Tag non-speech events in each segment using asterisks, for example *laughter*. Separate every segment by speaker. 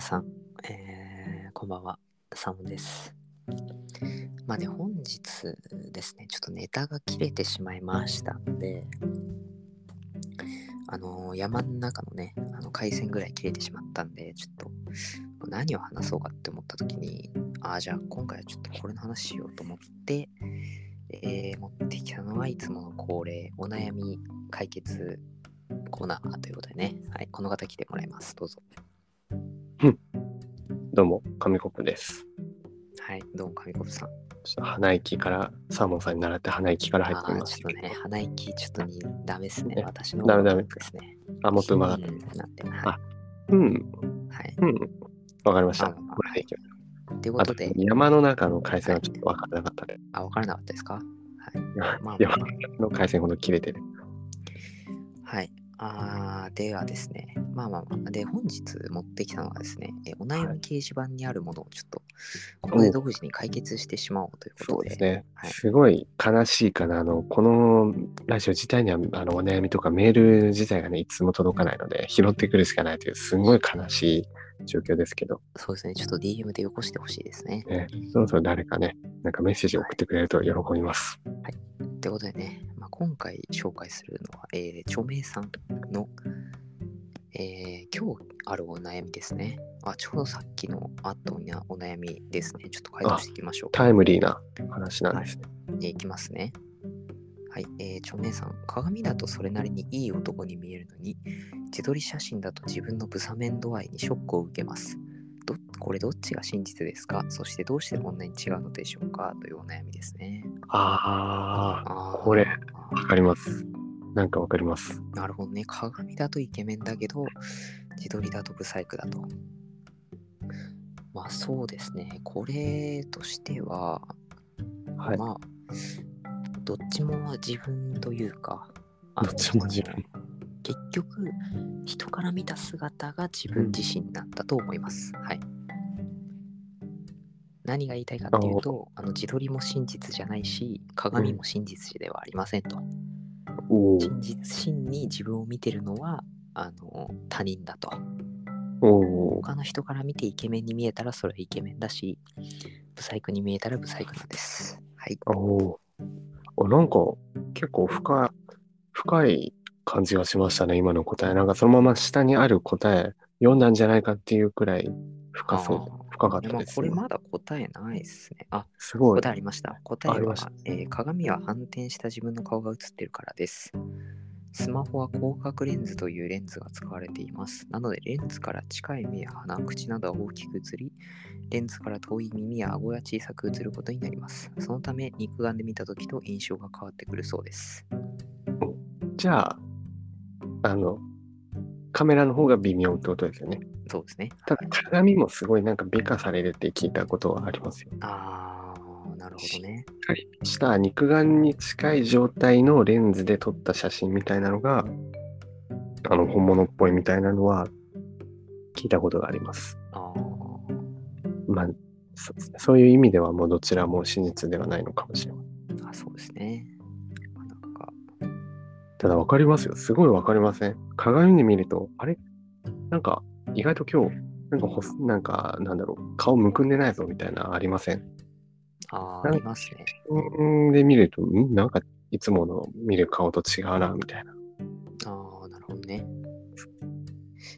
Speaker 1: さん、えーこんばんは、サーモンです。まあね、本日ですね、ちょっとネタが切れてしまいましたんで、あのー山の中のね、あの回線ぐらい切れてしまったんで、ちょっと何を話そうかって思った時に、ああ、じゃあ今回はちょっとこれの話しようと思って、えー持ってきたのはいつもの恒例、お悩み解決コーナーということでね、はい、この方来てもらいます。どうぞ。
Speaker 2: どうも、紙コップです。
Speaker 1: はい、どうも、神子さん。
Speaker 2: ちょっと鼻息から、サーモンさんに習って鼻息から入って
Speaker 1: あ
Speaker 2: み
Speaker 1: ー
Speaker 2: まし
Speaker 1: ち
Speaker 2: た
Speaker 1: ょっ
Speaker 2: け
Speaker 1: と
Speaker 2: ど、
Speaker 1: ね、鼻息ちょっとにダメですね
Speaker 2: ね、
Speaker 1: 私の。
Speaker 2: ダメダメ
Speaker 1: ですね。
Speaker 2: あ、もっとうまかった。
Speaker 1: うんってなって。はい。
Speaker 2: あうん、
Speaker 1: はい。
Speaker 2: うん、わかりました。
Speaker 1: あまあ
Speaker 2: はい
Speaker 1: はいというこ
Speaker 2: あ
Speaker 1: と
Speaker 2: と
Speaker 1: で、、
Speaker 2: 山の中の回線はちょっとわからなかったね。
Speaker 1: あ、わからなかったですかはい。
Speaker 2: *laughs*
Speaker 1: まあ
Speaker 2: 山の中の回線ほど切れてる。
Speaker 1: はい。あーではですね、まあまあまあ、で、本日持ってきたのはですね、えお悩み掲示板にあるものをちょっと、ここで独自に解決してしまおうというこ
Speaker 2: そ
Speaker 1: と
Speaker 2: う
Speaker 1: で、
Speaker 2: ですね。
Speaker 1: はい
Speaker 2: すごい悲しいかな。あの、このラジオ自体には、あの、お悩みとかメール自体がね、いつも届かないので、拾ってくるしかないという、すごい悲しい状況ですけど、
Speaker 1: そうですね、ちょっと DM でよこしてほしいですね。
Speaker 2: ね、そろそろ誰かね、なんかメッセージ送ってくれると喜びます。
Speaker 1: ということでね、まあ、今回紹介するのは、えー著名さんの、えー今日あるお悩みですね。あ、ちょうどさっきのあったおなお悩みですね。ちょっと解答していきましょう。
Speaker 2: タイムリーな話なんですね。
Speaker 1: えーいきますね。はい、えー著名さん。鏡だとそれなりにいい男に見えるのに、自撮り写真だと自分のブサメン度合いにショックを受けます。どこれどっちが真実ですかそしてどうしてこんなに違うのでしょうかというお悩みですね。
Speaker 2: あ
Speaker 1: あー
Speaker 2: これあ、わかります。なんかわかります。
Speaker 1: なるほどね。鏡だとイケメンだけど、自撮りだとブサイクだと。まあそうですね。これとしては、
Speaker 2: はい。
Speaker 1: まあ、どっちも自分というか、あ
Speaker 2: ど
Speaker 1: の
Speaker 2: っちも自分。
Speaker 1: 結局、人から見た姿が自分自身なんだと思います。はい。何が言いたいかっていうと、あの自撮りも真実じゃないし、鏡も真実ではありませんと。
Speaker 2: おー
Speaker 1: 真実真に自分を見てるのはあの他人だと
Speaker 2: おー
Speaker 1: 他の人から見てイケメンに見えたらそれはイケメンだしブサイクに見えたらブサイクなんですはい
Speaker 2: おーあ、なんか結構深い、深い感じがしましたね、今の答え。なんかそのまま下にある答え読んだんじゃないかっていうくらい深そう。
Speaker 1: あ
Speaker 2: 深かっ
Speaker 1: ーいや
Speaker 2: た
Speaker 1: まあ
Speaker 2: です
Speaker 1: これ
Speaker 2: ね。
Speaker 1: まだ答えないですねあ
Speaker 2: すごい。
Speaker 1: 答えありました答
Speaker 2: あ
Speaker 1: え
Speaker 2: り
Speaker 1: は
Speaker 2: ました、
Speaker 1: えー鏡は反転した自分の顔が映ってるからですスマホは広角レンズというレンズが使われています。なので、レンズから近い目や鼻、口などは大きく映り、レンズから遠い耳や顎が小さく映ることになります。そのため、肉眼で見た時と印象が変わってくるそうです。
Speaker 2: じゃあ、あの、カメラの方が微妙ってことですよね。
Speaker 1: そうですね。
Speaker 2: ただ、鏡もすごいなんか美化されるって聞いたことはありますよ。
Speaker 1: あー、なるほどね。
Speaker 2: した肉眼に近い状態のレンズで撮った写真みたいなのがあの本物っぽいみたいなのは聞いたことがあります。
Speaker 1: あー
Speaker 2: まあそうですね、そういう意味ではもうどちらも真実ではないのかもしれない。
Speaker 1: あ、そうですね。まあなんか、
Speaker 2: ただ分かりますよ。すごい分かりません。鏡に見ると、あれなんか意外と今日、なんかほす、なんかなんだろう、顔むくんでないぞみたいなのありません。
Speaker 1: あー、
Speaker 2: なん
Speaker 1: ありますね。
Speaker 2: うんで見ると、んなんかいつもの見る顔と違うなみたいな。
Speaker 1: あー、なるほどね。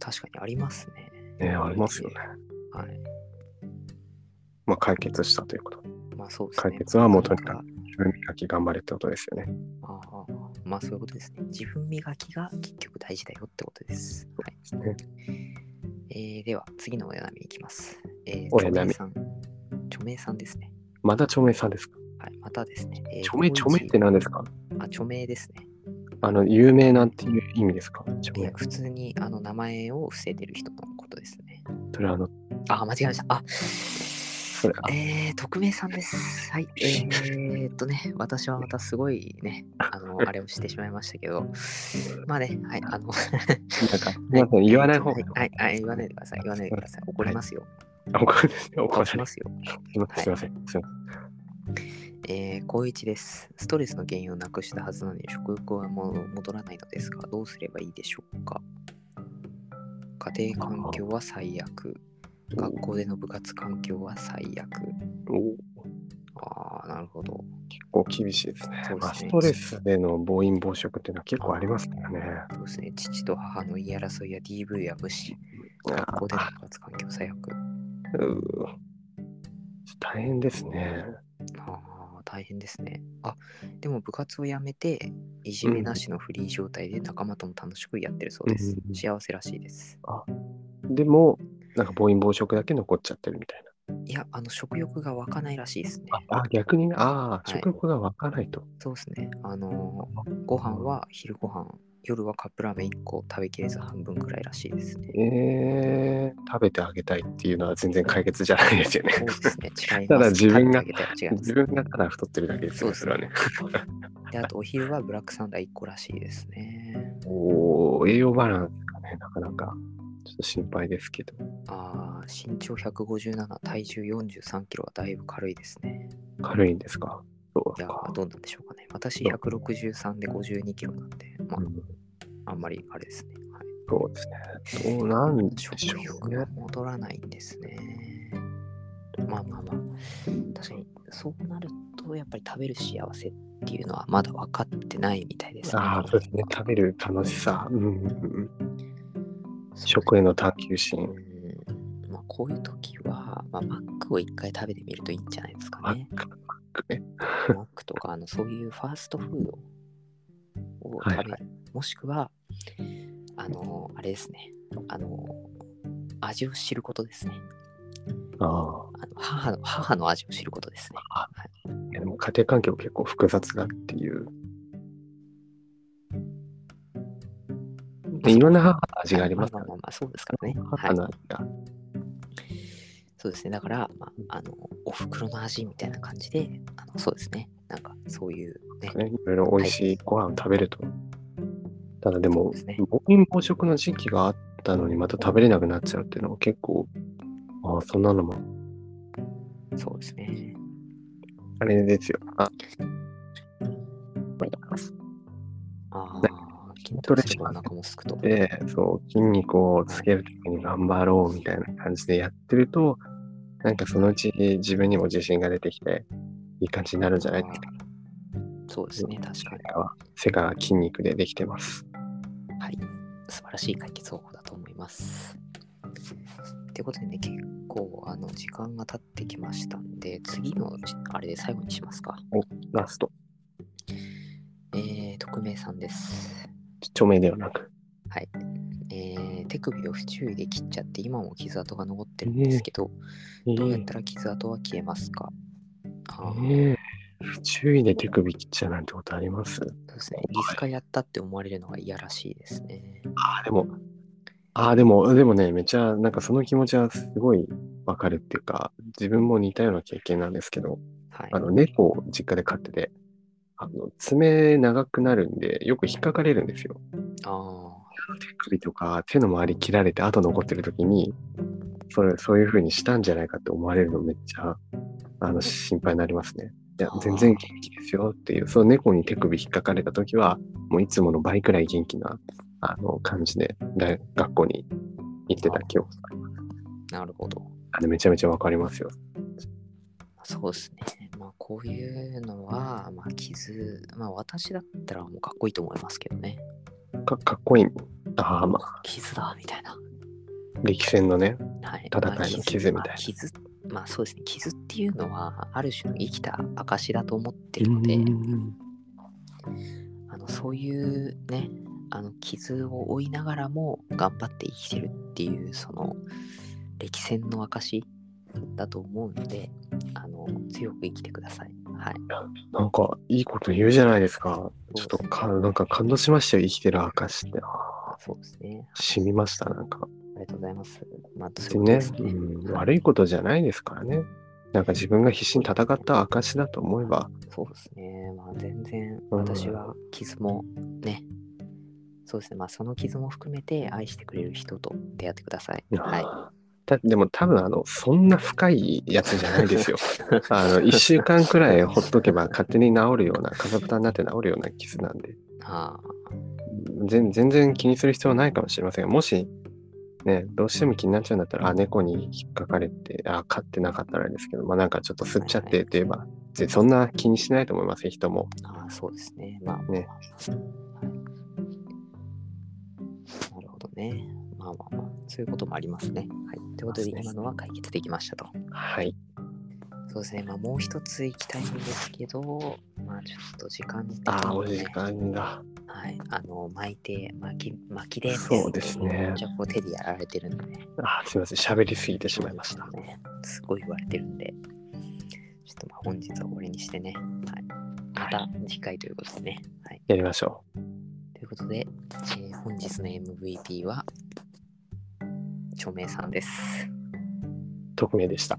Speaker 1: 確かにありますね。
Speaker 2: ね、ありますよね。
Speaker 1: はい。
Speaker 2: まあ解決したということ。
Speaker 1: まあそうですね。
Speaker 2: 解決はもうとに
Speaker 1: な
Speaker 2: かく
Speaker 1: な
Speaker 2: 自分磨き頑張れってことですよね。
Speaker 1: ああ、まあそういうことですね。自分磨きが結局大事だよってことです。はい。えー、では、次のお悩みいきます。えー、
Speaker 2: お悩み
Speaker 1: 著名さん。著名さんですね。
Speaker 2: まだ著名さんですか
Speaker 1: はい。またですね。えー
Speaker 2: 著名、著名って何ですか
Speaker 1: あ、著名ですね。
Speaker 2: あの、有名なっていう意味ですか著
Speaker 1: いや
Speaker 2: 名。
Speaker 1: 普通にあの名前を伏せてる人のことですね。
Speaker 2: それはあの、
Speaker 1: あ、間違えました。あ、
Speaker 2: それ、あ
Speaker 1: えー、匿名さんです。はい。えー、っとね、私はまたすごいね、あの、あれをしてしまいましたけど、まあね、はい、あの、
Speaker 2: なんか、すみません、言わない方が
Speaker 1: はい、はい、はい、言わないでください。言わないでください。怒りますよ。
Speaker 2: あ怒る怒
Speaker 1: 怒
Speaker 2: ら
Speaker 1: り
Speaker 2: れ
Speaker 1: ま
Speaker 2: ます
Speaker 1: よ。
Speaker 2: す。すみません、すみま
Speaker 1: えー、高一です。ストレスの原因をなくしたはずなのに食欲はもう戻らないのですが、どうすればいいでしょうか家庭環境は最悪。学校での部活環境は最悪。
Speaker 2: お
Speaker 1: ああ、なるほど。
Speaker 2: 結構厳しいですね。
Speaker 1: そうですね
Speaker 2: まあ、ストレスでの暴飲暴食っていうのは結構ありますからね。
Speaker 1: そうですね。父と母の言い争いや DV や無視。学校での部活環境最悪。
Speaker 2: うー大変ですね。
Speaker 1: ああ、大変ですね。あ、でも部活を辞めて、いじめなしのフリー状態で仲間とも楽しくやってるそうです
Speaker 2: うんうんう。ん
Speaker 1: 幸せらしいです。
Speaker 2: でも、なんか暴飲暴食だけ残っちゃってるみたい
Speaker 1: いや、あの、食欲が湧かないらしいですね。
Speaker 2: な。あ、逆にね、あ
Speaker 1: い
Speaker 2: あ、食欲が湧かないと。
Speaker 1: そうですね。あのー、ご飯は昼ご飯、夜はカップラーメン1個食べきれず半分くらいらしいですね。
Speaker 2: えー、食べてあげたいっていうのは全然解決じゃないですよね
Speaker 1: そ。うです
Speaker 2: *laughs*
Speaker 1: ね。違います。
Speaker 2: ただ自分が
Speaker 1: 食べてあげたら違いま
Speaker 2: 自
Speaker 1: す。
Speaker 2: 分がただ太ってるだけですよね、そ
Speaker 1: そう
Speaker 2: れ
Speaker 1: で
Speaker 2: は
Speaker 1: す
Speaker 2: ね。
Speaker 1: で、あとお昼はブラックサンダー1個らしいですね。
Speaker 2: おー栄養バランスがね、なかなかちょっと心配ですけど。
Speaker 1: ああ、身長157、体重43キロはだいぶ軽いですね。
Speaker 2: 軽いんですかそう
Speaker 1: い
Speaker 2: です
Speaker 1: や
Speaker 2: か、。
Speaker 1: どうなんでしょうかね。私163で52キロなんで、ま
Speaker 2: うん
Speaker 1: あ、あんまりあれですね。はい、
Speaker 2: そうですね。どうなんでしょ
Speaker 1: 食
Speaker 2: う
Speaker 1: 欲
Speaker 2: ね
Speaker 1: が。戻らないんですね。まあまあまあ、確かにそうなると、やっぱり食べる幸せっていうのはまだ分かってないみたいですね。
Speaker 2: ああ、そうですね。食べる楽しさ。うんうんうん、
Speaker 1: そう
Speaker 2: 食への探求心。
Speaker 1: うんまあ、こういう時は、まあ、マックを一回食べてみるといいんじゃないですか
Speaker 2: マッ
Speaker 1: ね。
Speaker 2: ク、マックね。
Speaker 1: マックとかあのそういうファーストフードを食べる、
Speaker 2: はいは
Speaker 1: もしくはあのあれですねあの味を知ることですね
Speaker 2: あ
Speaker 1: あの母の母の味を知ることですね
Speaker 2: あ。でも家庭環境結構複雑だっていう。いろんな母の味がありますか
Speaker 1: まあま
Speaker 2: らね
Speaker 1: あ。まあそうですからね、は
Speaker 2: 母
Speaker 1: い、
Speaker 2: の味が。
Speaker 1: そうですねだから、まあ、あのお袋の味みたいな感じであのそうですねなんかそういうね
Speaker 2: ね、いろいろ美味しいご飯を食べると。ただで
Speaker 1: そう
Speaker 2: も
Speaker 1: ですね、
Speaker 2: 暴飲暴食の時期があったのにまた食べれなくなっちゃうっていうのは結構、ああ、そんなのも、
Speaker 1: そうですね
Speaker 2: あれですよ。あ
Speaker 1: あ
Speaker 2: ね
Speaker 1: あ筋
Speaker 2: 筋
Speaker 1: ト
Speaker 2: ト
Speaker 1: レ
Speaker 2: レ
Speaker 1: して
Speaker 2: し
Speaker 1: お
Speaker 2: ます
Speaker 1: 腹もすくと
Speaker 2: で、そう、筋肉をつけるために頑張ろうみたいな感じでやってると、なんかそのうち自分にも自信が出てきて、いい感じになるんじゃないですか。
Speaker 1: そうですね確かに
Speaker 2: 世界は筋肉でできてます。
Speaker 1: はい、素晴らしい解決方法だと思います。ってことでね、結構あの時間が経ってきましたんで、次のじあれで最後にしますか。
Speaker 2: ラスト、
Speaker 1: えー、匿名さんです。
Speaker 2: 著名ではなく。
Speaker 1: えー、手首を不注意で切っちゃって、今も傷跡が残ってるんですけど、どうやったら傷跡は消えますかあー
Speaker 2: ええ不注意で手首切っちゃうなんてことあります
Speaker 1: そうですね。リスカやったって思われるのが嫌らしいですね。
Speaker 2: あ、でも、あ、でも、でもね、めちゃ、なんかその気持ちはすごいわかるっていうか、自分も似たような経験なんですけど、
Speaker 1: はい
Speaker 2: あ。の、猫を実家で飼ってて、あの、爪長くなるんで、よく引っかかれるんですよ。
Speaker 1: ああ
Speaker 2: 手首とか手の周り切られて、あと残ってる時に、それ、そういう風にしたんじゃないかって思われるのめっちゃ、あの、心配になりますね。いや
Speaker 1: あ、ー
Speaker 2: 全然元気ですよっていう、その猫に手首引っかかれた時は、もういつもの倍くらい元気な、あの、感じで、大学校に行ってた記憶があります。
Speaker 1: ー、なるほど。
Speaker 2: あれめちゃめちゃわかりますよ。
Speaker 1: そうですね。まあ、こういうのは、まあ、傷、まあ、私だったらもうかっこいいと思いますけどね。
Speaker 2: かかっこいい。ああ、まあ、
Speaker 1: 傷だ、みたいな。
Speaker 2: 力戦のね。
Speaker 1: はい。
Speaker 2: 戦いの
Speaker 1: まあ
Speaker 2: 傷みたいな
Speaker 1: まあ傷、まあ、そうですね。傷っていうのは、ある種の生きた証だと思ってるので、あのそういうね、あの傷を負いながらも頑張って生きてるっていう、その、歴戦の証だと思うので、あの、強く生きてください。はい。
Speaker 2: なんか、いいこと言うじゃないですか。ちょっとか、なんか感動しましたよ。生きてる証って。あ
Speaker 1: そうですね。
Speaker 2: ー染みました、なんか。
Speaker 1: ありがとうございます。まあ、
Speaker 2: 別
Speaker 1: そういう
Speaker 2: に
Speaker 1: こと
Speaker 2: ね
Speaker 1: ですね。
Speaker 2: うん、悪いことじゃないですからね。なんか自分が必死に戦った証だと思えば、
Speaker 1: そうですね。まあ、全然
Speaker 2: うん
Speaker 1: 私は傷もね、そうですね。まあ、その傷も含めて愛してくれる人と出会ってください。はい。
Speaker 2: たでも多分あの、そんな深いやつじゃな
Speaker 1: *laughs*
Speaker 2: いですよ。あの、1週間くらいほっとけば勝手に治るような、かさぶたになって治るような傷なんで、
Speaker 1: ああ、
Speaker 2: 全全然気にする必要はないかもしれませんが、もし、ね、どうしても気になっちゃうんだったら、あ、猫に引っかかれて、あ、飼ってなかったらあれですけど、まあなんかちょっと吸っちゃってって言えば、でそんな気にしないと思いますよ、人も。
Speaker 1: ああ、そうですね。まあ、
Speaker 2: ね
Speaker 1: はいなるほどね。まあまあまあ、そういうこともありますね。はい。ということで、
Speaker 2: そうですね
Speaker 1: 今のは解決できましたと。
Speaker 2: はい。
Speaker 1: そうですね。まあ、もう一つ行きたいんですけど、まあ、ちょっと時間的に、ね。
Speaker 2: あー、お時間だ。
Speaker 1: はい。あの、巻いて、巻き、巻きで、
Speaker 2: そうですね
Speaker 1: じゃあ、こう手でやられてるんでね。
Speaker 2: あー、すいません、喋りすぎてしまいました。
Speaker 1: ね。すごい言われてるんで、ちょっとまあ本日は終わりにしてね。はい。また次回ということでね。はい。
Speaker 2: やりましょ
Speaker 1: ということで、えー本日の MVP は、著名さんです。
Speaker 2: う。匿名でした。